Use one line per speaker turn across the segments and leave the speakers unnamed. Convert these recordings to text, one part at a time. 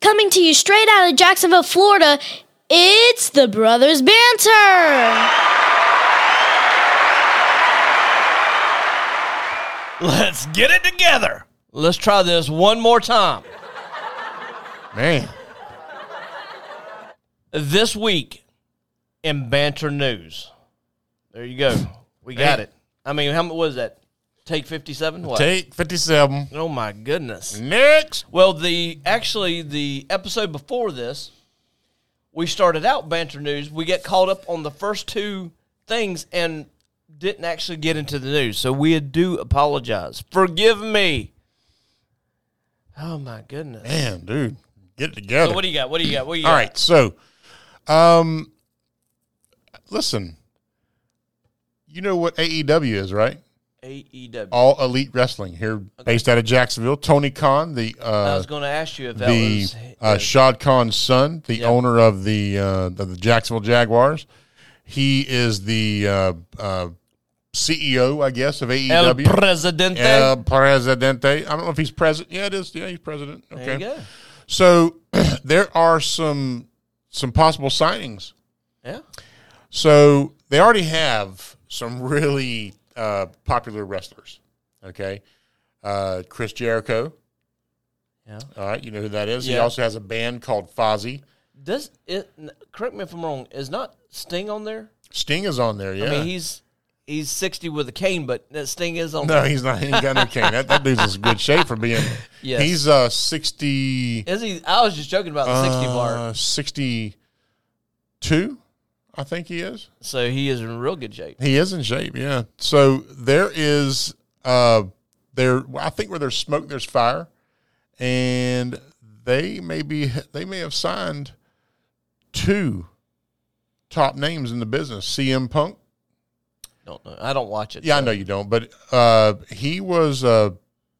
Coming to you straight out of Jacksonville, Florida, it's the Brothers Banter.
Let's get it together. Let's try this one more time. Man. This week in banter news. There you go. We got
Man.
it. I mean, how much was that? Take 57? What?
Take 57.
oh my goodness.
Next.
Well, the actually the episode before this, we started out banter news. We get caught up on the first two things and didn't actually get into the news. So we do apologize. Forgive me. Oh my goodness.
Man, dude, get it together.
So what do you got? What do you got? What do you
All
got?
right, so, um, listen, you know what AEW is, right?
AEW.
All Elite Wrestling here, based out of Jacksonville. Tony Khan, the
I
uh,
was going to ask you if that
the
was
uh, Shad Khan's son, the owner of the uh, of the Jacksonville Jaguars. He is the uh, uh, CEO, I guess, of E AEW.
El Presidente.
El Uh, Presidente. I don't know if he's president. Yeah, it is. Yeah, he's president. Okay.
There you go.
So there are some some possible signings.
Yeah.
So they already have some really uh, popular wrestlers. Okay, uh, Chris Jericho.
Yeah.
All right, you know who that is. He
Yeah.
also has a band called Fozzy.
Does it? Correct me if I'm wrong. Is not Sting on there?
Sting is on there. Yeah.
I mean, he's he's sixty with a cane, but that Sting is on.
no, he's not. He ain't got no cane. That, that dude's in good shape for being.
Yes.
He's uh sixty.
Is he? I was just joking about the sixty bar.
Uh, 62, I think he is.
So he is in real good shape.
He is in shape, yeah. So there is, uh, there. I think where there's smoke, there's fire, and they may be, they may have signed two top names in the business. CM Punk.
Don't know. I don't watch it.
Yeah, I know you don't, but uh, he was a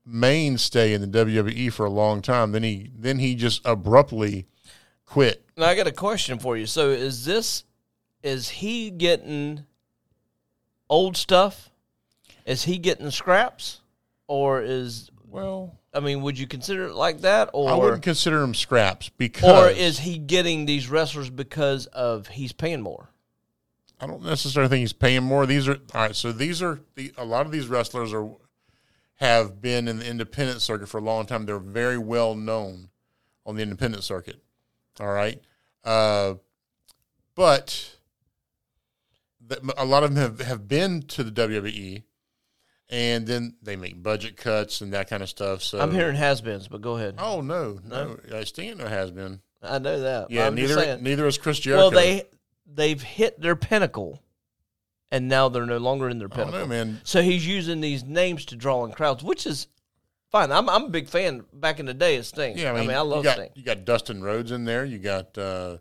mainstay in the WWE for a long time. Then he, then he just abruptly quit.
Now I got a question for you. So is this? Is he getting old stuff? Is he getting scraps, or is?
Well,
I mean, would you consider it like that,
I
or
wouldn't consider him scraps because
or is he getting these wrestlers because of he's paying more?
I don't necessarily think he's paying more. These are all right. So these are the a lot of these wrestlers are have been in the independent circuit for a long time. They're very well known on the independent circuit. All right, uh, but that- a lot of them have, have been to the WWE, and then they make budget cuts and that kind of stuff. So
I'm hearing has-beens, but go ahead.
Uh, Oh no, no, no. Stan has been.
I know that.
Yeah,
I'm just
neither
saying.
neither is Chris Jericho.
Well, they they've hit their pinnacle, and now they're no longer in their
I don't
pinnacle.
know, man.
So he's using these names to draw in crowds, which is fine. I'm I'm a big fan. Back in the day, of Sting.
Yeah, I mean,
I love
you got,
Sting.
You got Dustin Rhodes in there. You got uh,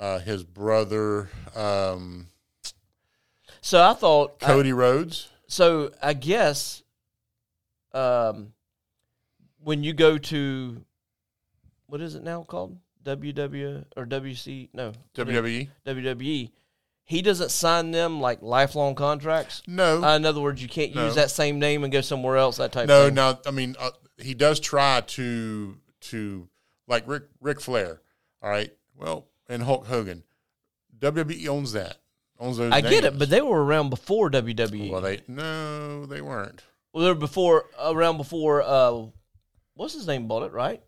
uh, his brother um,
So I thought. I-
Cody Rhodes.
so I guess, um, when you go to, what is it now called? WW or WC? No,
WWE.
WWE. E. He doesn't sign them like lifelong contracts.
No,
Uh, in other words, you can't
No.
use that same name and go somewhere else. That type.
no,
thing.
no. I mean, uh, he does try to to like Rick Rick Flair. All right. Well, and Hulk Hogan. WWE owns that. Owns those.
I get it,
names.
but they were around before WWE.
well,
Well, they,
they no, they weren't.
were before around before. Uh, what's his name bought it? Right?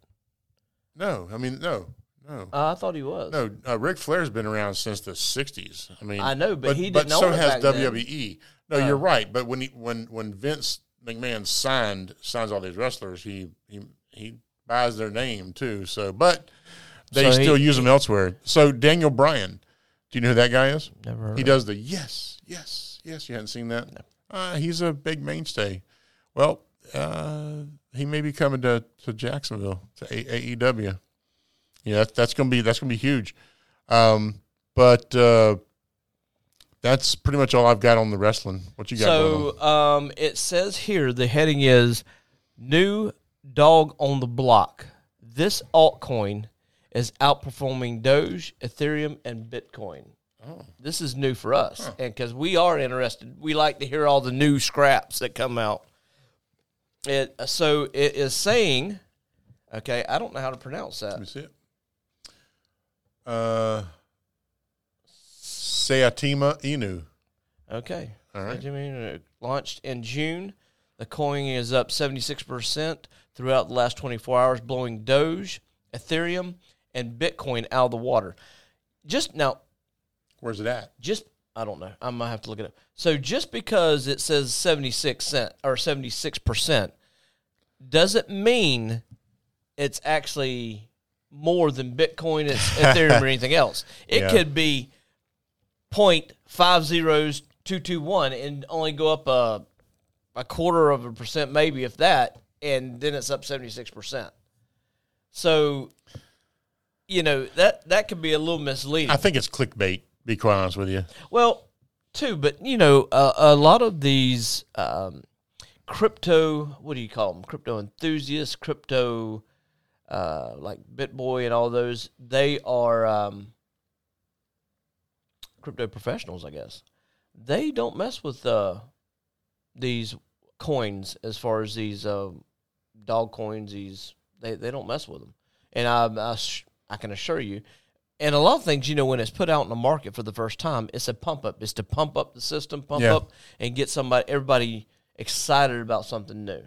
No, I mean, no, no.
Uh, I thought he was.
No, uh, Ric Flair's been around since the '60s. I mean,
I know, but he
but
didn't
so
own it
has
back then. Oh.
WWE. No, you're right. But when he when when Vince McMahon signed signs all these wrestlers, he he he buys their name too. So, but they
So he-
still use them elsewhere. So Daniel Bryan, do you know who that guy is?
Never heard
He does the yes, yes, yes. You hadn't seen that? Uh, he's a big mainstay. Well, uh, he may be coming to, to Jacksonville to a- AEW. Yeah, that's, that's gonna be that's gonna be huge. Um, but uh, that's pretty much all I've got on the wrestling. What you got? going on?
So um, it says here the heading is new dog on the block. This altcoin is outperforming Doge, Ethereum, and Bitcoin.
Oh.
This is new for us, and because we are interested, we like to hear all the new scraps that come out. It so it is saying Okay, I don't know how to pronounce
Let me
that.
see it. Uh, Seatima Inu.
Okay.
All right.
Jimmy, uh, Launched in June. The coin is up 76% throughout the last 24 hours, blowing Doge, Ethereum, and Bitcoin out of the water. Just now,
Where's it at?
just I don't know. I might have to look it up. So just because it says 76 cent or 76% doesn't mean it's actually more than Bitcoin, it's Ethereum or anything else. It
Yeah.
could be point five zeros two two one and only go up a a quarter of a percent maybe if that and then it's up 76%. So you know, that that could be a little misleading.
I think it's clickbait. to Be quite honest with you.
Well, too, but you know, uh, a lot of these um, crypto, what do you call them? Crypto enthusiasts, crypto, uh, like BitBoy and all those, they are um, crypto professionals, I guess. They don't mess with uh, these coins as far as these uh, dog coins. These they, they don't mess with them, and I I, sh- I can assure you. And a lot of things, you know, when it's put out in the market for the first time, it's a pump up. It's to pump up the system, pump
Yeah.
up, and get somebody everybody excited about something new.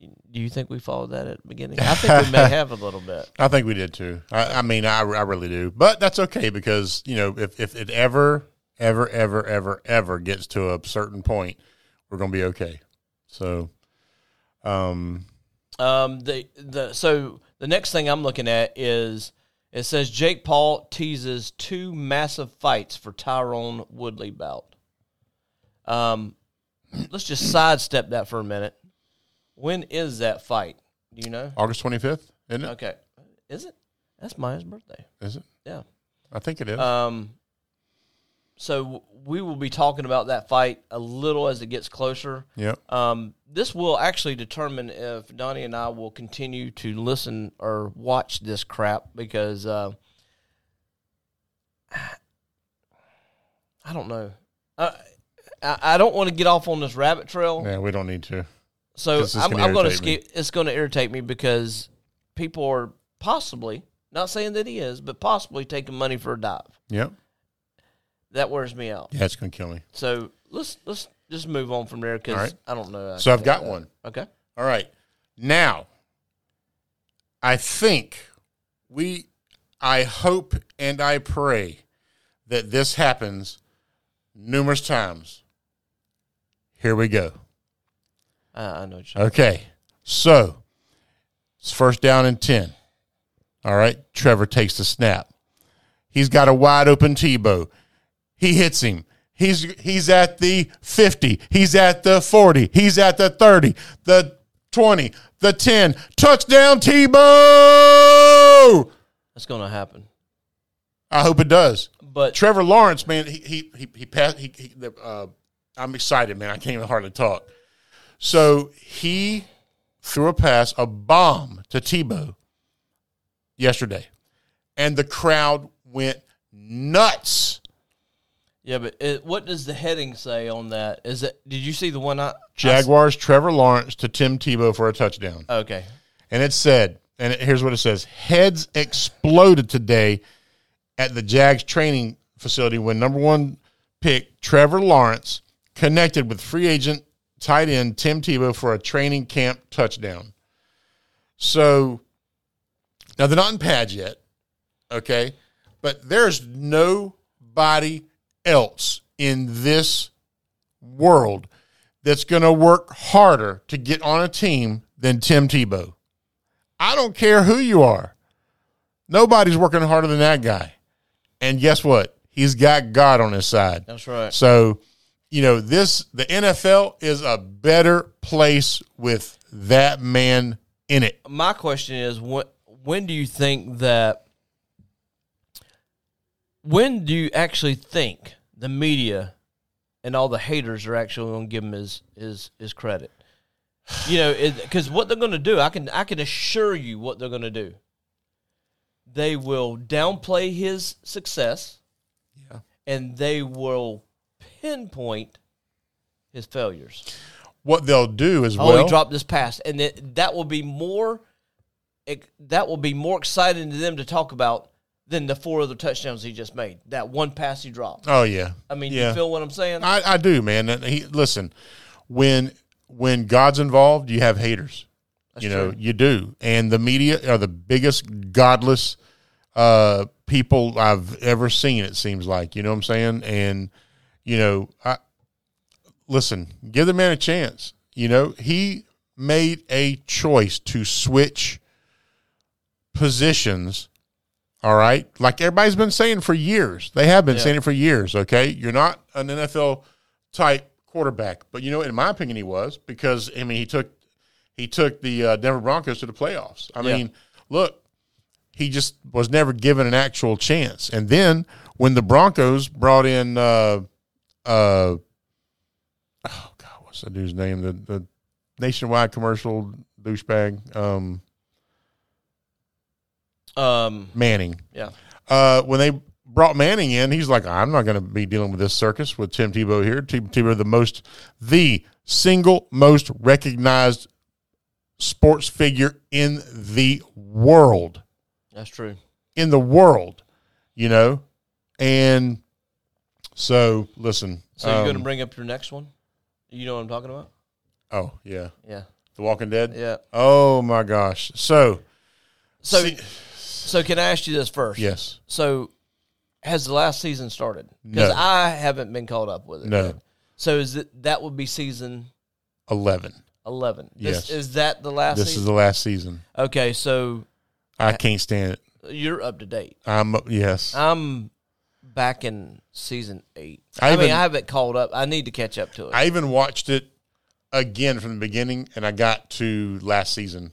Do you think we followed that at the beginning? I think we may have a little bit.
I think we did too. I, I mean, I, I really do. But that's okay because you know, if if it ever, ever, ever, ever, ever gets to a certain point, we're gonna be okay. So, um,
Um, the the so the next thing I'm looking at is it says Jake Paul teases two massive fights for Tyrone Woodley bout. Um, let's just sidestep that for a minute. When is that fight? Do you know?
August twenty fifth, isn't it?
Okay, is it? That's Maya's birthday.
Is it?
Yeah.
I think it is.
Um, so w- we will be talking about that fight a little as it gets closer.
yep.
Um, this will actually determine if Donnie and I will continue to listen or watch this crap because uh, I don't know. Uh, I, I don't want to get off on this rabbit trail.
Yeah, we don't need to.
So
This is
I'm,
gonna
I'm going to
irritate me.
skip. It's going to irritate me because people are possibly not saying that he is, but possibly taking money for a dive.
Yep.
That wears me out.
Yeah, it's gonna kill me.
So let's let's just move on from there because
All right.
I don't know. I
So I've
can't-
got one.
Okay.
All right. Now, I think we, I hope and I pray that this happens numerous times. Here we go.
Uh, I know. What you're
Okay. So, it's first down and 10. All right. Trevor takes the snap. He's got a wide open Tebow. He hits him. He's he's at the 50. He's at the 40. He's at the 30. The 20. The 10. Touchdown Tebow.
That's going to happen.
I hope it does.
But
Trevor Lawrence, man, he he he, he passed. He, he the, uh, I'm excited, man. I can't even hardly talk. So he threw a pass, a bomb to Tebow yesterday, and the crowd went nuts.
yeah, but it, what does the heading say on that? Is it? Did you see the one I?
Jaguars, Trevor Lawrence to Tim Tebow for a touchdown,
I s- okay.
and it said, and it, here's what it says: Heads exploded today at the Jags training facility when number one pick Trevor Lawrence connected with free agent tight end Tim Tebow for a training camp touchdown. So now they're not in pads yet, okay? But there's nobody else in this world that's going to work harder to get on a team than Tim Tebow. I don't care who you are. Nobody's working harder than that guy. And guess what? He's got God on his side.
That's right.
So, you know, this the NFL is a better place with that man in it.
My question is what? When do you think that? When do you actually think the media and all the haters are actually going to give him his his his credit? You know, because what they're going to do, I can I can assure you what they're going to do. They will downplay his success.
Yeah.
and they will pinpoint his failures.
What they'll do is
Oh,
well,
he dropped this pass, and it, that will be more it, that will be more exciting to them to talk about than the four other touchdowns he just made. That one pass he dropped.
Oh yeah.
I mean,
Yeah.
you feel what I'm saying?
I, I do, man. And He, listen, when when God's involved, you have haters. you know, you do, and the media are the biggest godless uh, people I've ever seen. It seems like you know what I'm saying, and you know, I listen. Give the man a chance. You know, he made a choice to switch positions. All right. Like everybody's been saying for years. They have been saying it for years. Okay. You're not an NFL type quarterback. But you know, in my opinion, he was because I mean he took he took the uh, Denver Broncos to the playoffs. I
Yeah.
mean, look, he just was never given an actual chance. And then when the Broncos brought in uh uh oh god, what's that dude's name? The the nationwide commercial douchebag, um
um,
Manning.
yeah.
uh, when they brought Manning in, he's like, I'm not going to be dealing with this circus with Tim Tebow here. Tim Tebow, the most, the single most recognized sports figure in the world
That's true.
in the world, you know? And so, listen.
So you're going to
um,
bring up your next one? You know what I'm talking about?
Oh, yeah.
Yeah.
The Walking Dead?
Yeah.
Oh, my gosh. So,
So
See-
so can I ask you this first?
yes.
So has the last season started? Because
No.
I haven't been caught up with it.
No.
yet. So is it, that would be season
11.
11?
Yes.
This, Is that the last
This is
season? Uh,
the last season.
okay, so
I can't stand it.
you're up to date.
I'm, yes.
I'm back in season eight. I,
I
mean,
even-
I haven't called up. I need to catch up to it.
I even watched it again from the beginning, and I got to last season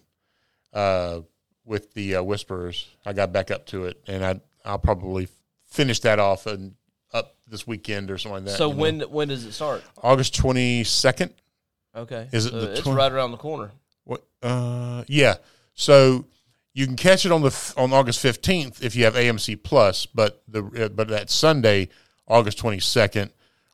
uh, with the uh, Whisperers. I got back up to it, and I I'll probably finish that off and up this weekend or something like that.
so
you know.
when when does it start?
August twenty second?
Okay,
Is it
So
the
it's
20
right around the corner.
What? Uh, yeah. So you can catch it on the f- on August fifteenth if you have AMC Plus, but the uh, but that Sunday, August twenty second.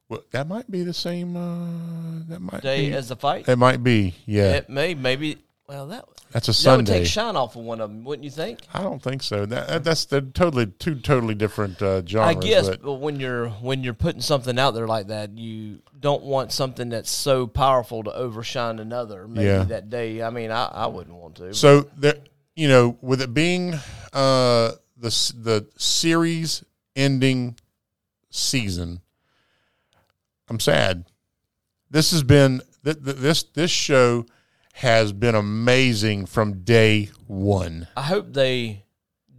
Well, that might be the same. Uh, that might
Day
be.
as the fight.
it might be. Yeah,
It may maybe. Well, that
that's a
that
Sunday.
would take shine off of one of them, wouldn't you think?
I don't think so. That, that that's they're totally two totally different uh,
I
genres.
guess,
but
but when you're when you're putting something out there like that, you don't want something that's so powerful to overshine another. Maybe
Yeah.
that day. I mean, I, I wouldn't want to.
so there, you know, with it being uh, the s- the series ending season, I'm sad. This has been th- th- this this show has been amazing from day one.
I hope they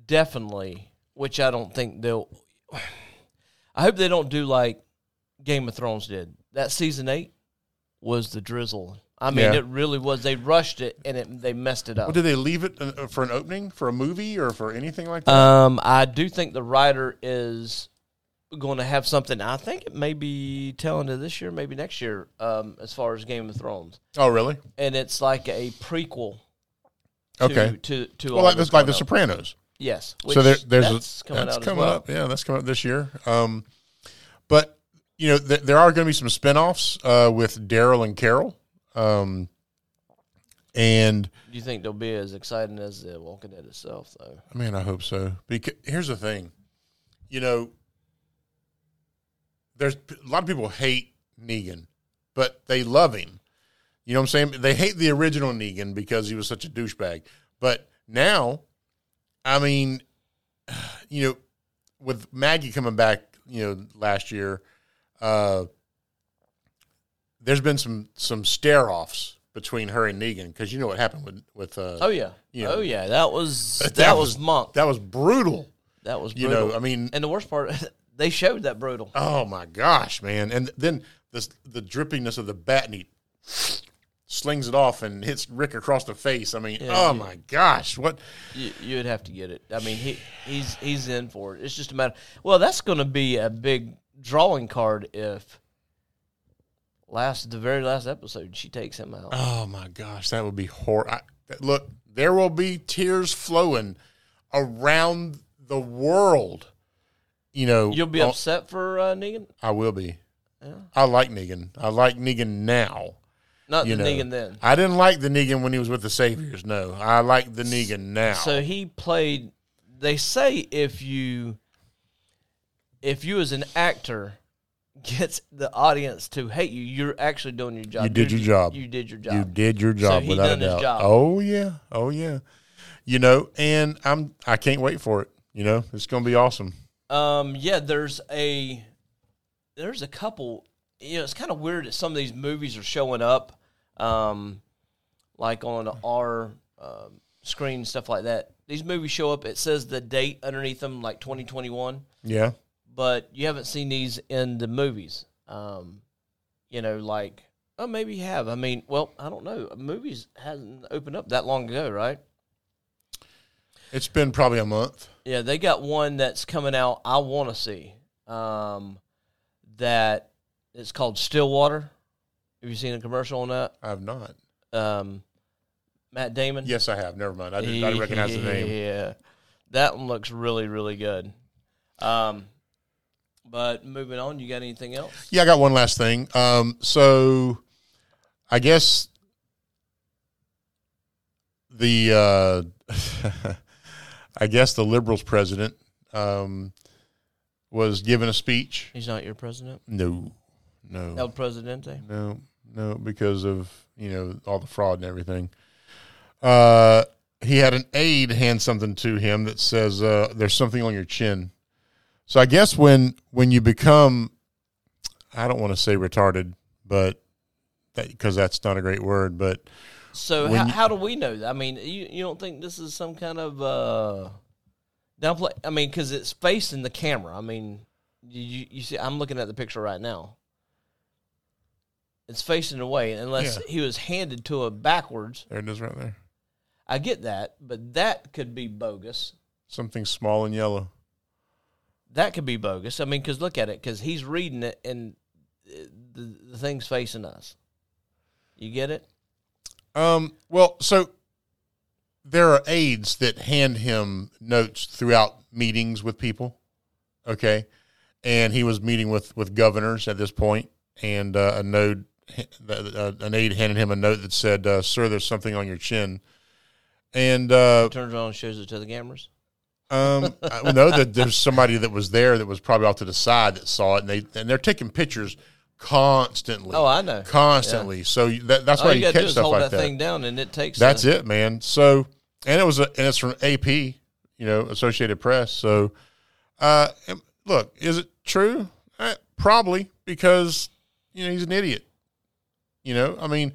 definitely, which I don't think they'll. I hope they don't do like Game of Thrones did. That season eight was the drizzle. I mean,
Yeah.
it really was. They rushed it and it, they messed it up.
Well, did they leave it uh, for an opening for a movie or for anything like that?
Um, I do think the writer is going to have something. I think it may be telling to this year, maybe next year, um, as far as Game of Thrones,
oh, really?
and it's like a prequel. To,
Okay.
To to
Well,
all
like
that's
this, like
coming
The
up.
Sopranos.
yes.
so there,
which
there's
that's
a,
coming
that's
out as
coming
well.
up. Yeah, that's coming up this year. Um, but you know, th- there are going to be some spinoffs uh, with Daryl and Carol. Um, and
Do you think they'll be as exciting as the Walking Dead itself, though?
I mean, I hope so. Because here's the thing, you know, there's p- a lot of people hate Negan, but they love him. You know what I'm saying? They hate the original Negan because he was such a douchebag. But now, I mean, you know, with Maggie coming back, you know, last year, uh, there's been some some stare offs between her and Negan because you know what happened with with uh,
Oh yeah.
Yeah.
Oh yeah. That was that,
That
was,
was-
Monk. That,
that was brutal.
was
You
brutal.
know, I mean,
and the worst part, they showed that brutal.
Oh my gosh, man! And then this, the drippiness of the bat, and he slings it off and hits Rick across the face. I mean, oh my gosh, what?
You, you'd have to get it. I mean, he he's he's in for it. It's just a matter. Well, that's going to be a big drawing card if last the very last episode she takes him out.
Oh my gosh, that would be horrible. Look, there will be tears flowing around the world. You know, oh,
You'll be
on-
upset for uh, Negan.
I will be. I like Negan. I like Negan now.
Not
you
the
know.
Negan then.
I didn't like the Negan when he was with the Saviors. No, I like the Negan now.
So he played. They say if you, if you as an actor, gets the audience to hate you, you're actually doing your job.
You did
You're-
your job.
You did your
you
job.
did your job
he
without
done
a
his
doubt.
job.
Oh yeah, oh yeah. You know, and I'm I can't wait for it. You know, it's going to be awesome.
Um, yeah, there's a there's a couple. You know, it's kind of weird that some of these movies are showing up, um, like on our um, screen stuff like that. These movies show up. It says the date underneath them, like 2021,
Yeah,
but you haven't seen these in the movies. Um, you know, like oh, maybe you have. I mean, well, I don't know. Movies hasn't opened up that long ago, right?
it's been probably a month.
Yeah, they got one that's coming out. I want to see um, that. It's called Stillwater. Have you seen a commercial on that?
I've not.
Um, Matt Damon.
Yes, I have. Never mind. I didn't, I didn't recognize the name.
Yeah, that one looks really, really good. Um, but moving on, you got anything else?
Yeah, I got one last thing. Um, so I guess the uh, I guess the liberals president um, was giving a speech.
He's not your president,
No, no,
El Presidente.
no, no, because of you know all the fraud and everything. Uh, he had an aide hand something to him that says, uh, "There's something on your chin." So I guess when when you become, I don't want to say retarded, but because that's not a great word, but
So
When
how,
you-
how do we know that? I mean, you, you don't think this is some kind of uh, downplay? I mean, because it's facing the camera. I mean, you, you you see, I'm looking at the picture right now. It's facing away, unless
Yeah.
he was handed to it backwards.
there it is right there.
I get that, but that could be bogus.
Something small and yellow.
That could be bogus. I mean, because look at it, because he's reading it and uh, the, the thing's facing us. You get it?
Um, well, so there are aides that hand him notes throughout meetings with people. Okay. And he was meeting with, with governors at this point, and uh, a note, uh, an aide handed him a note that said, uh, "Sir, there's something on your chin." And uh,
Turns around and shows it to the cameras.
um, I know that there's somebody that was there that was probably off to the side that saw it, and they and they're taking pictures constantly,
Oh, I know.
constantly. So you- that, that's why
All
you,
you gotta do
catch
is
stuff
hold
like
that, thing down, and it takes.
that's
the-
it, man. So, and it was, a, and it's from AP, you know, Associated Press. So, uh, and look, is it true? Uh, probably because you know he's an idiot. You know, I mean,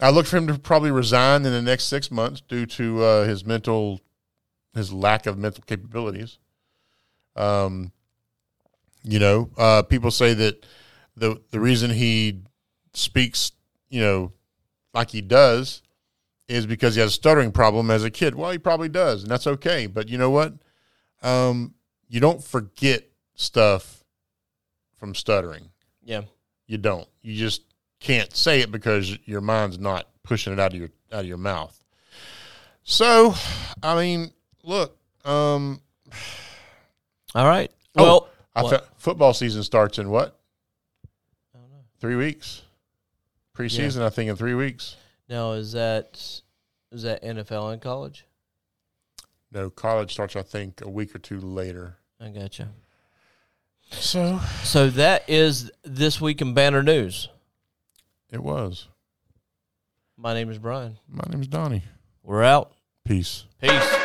I look for him to probably resign in the next six months due to uh, his mental, his lack of mental capabilities. Um, you know, uh, people say that the the reason he speaks, you know, like he does is because he has a stuttering problem as a kid. Well, he probably does, and that's okay. But you know what? Um, you don't forget stuff from stuttering.
Yeah.
You don't. You just can't say it because your mind's not pushing it out of your out of your mouth. So, I mean, look. Um,
All right.
Oh,
Well,
I
What?
fe- football season starts in what? Three weeks. Preseason, I think, in three weeks.
now is that is that NFL in college?
No, college starts, I think, a week or two later.
I gotcha.
So
So that is this week in Banner News.
it was.
My name is Brian.
My name's Donnie.
We're out.
Peace.
Peace.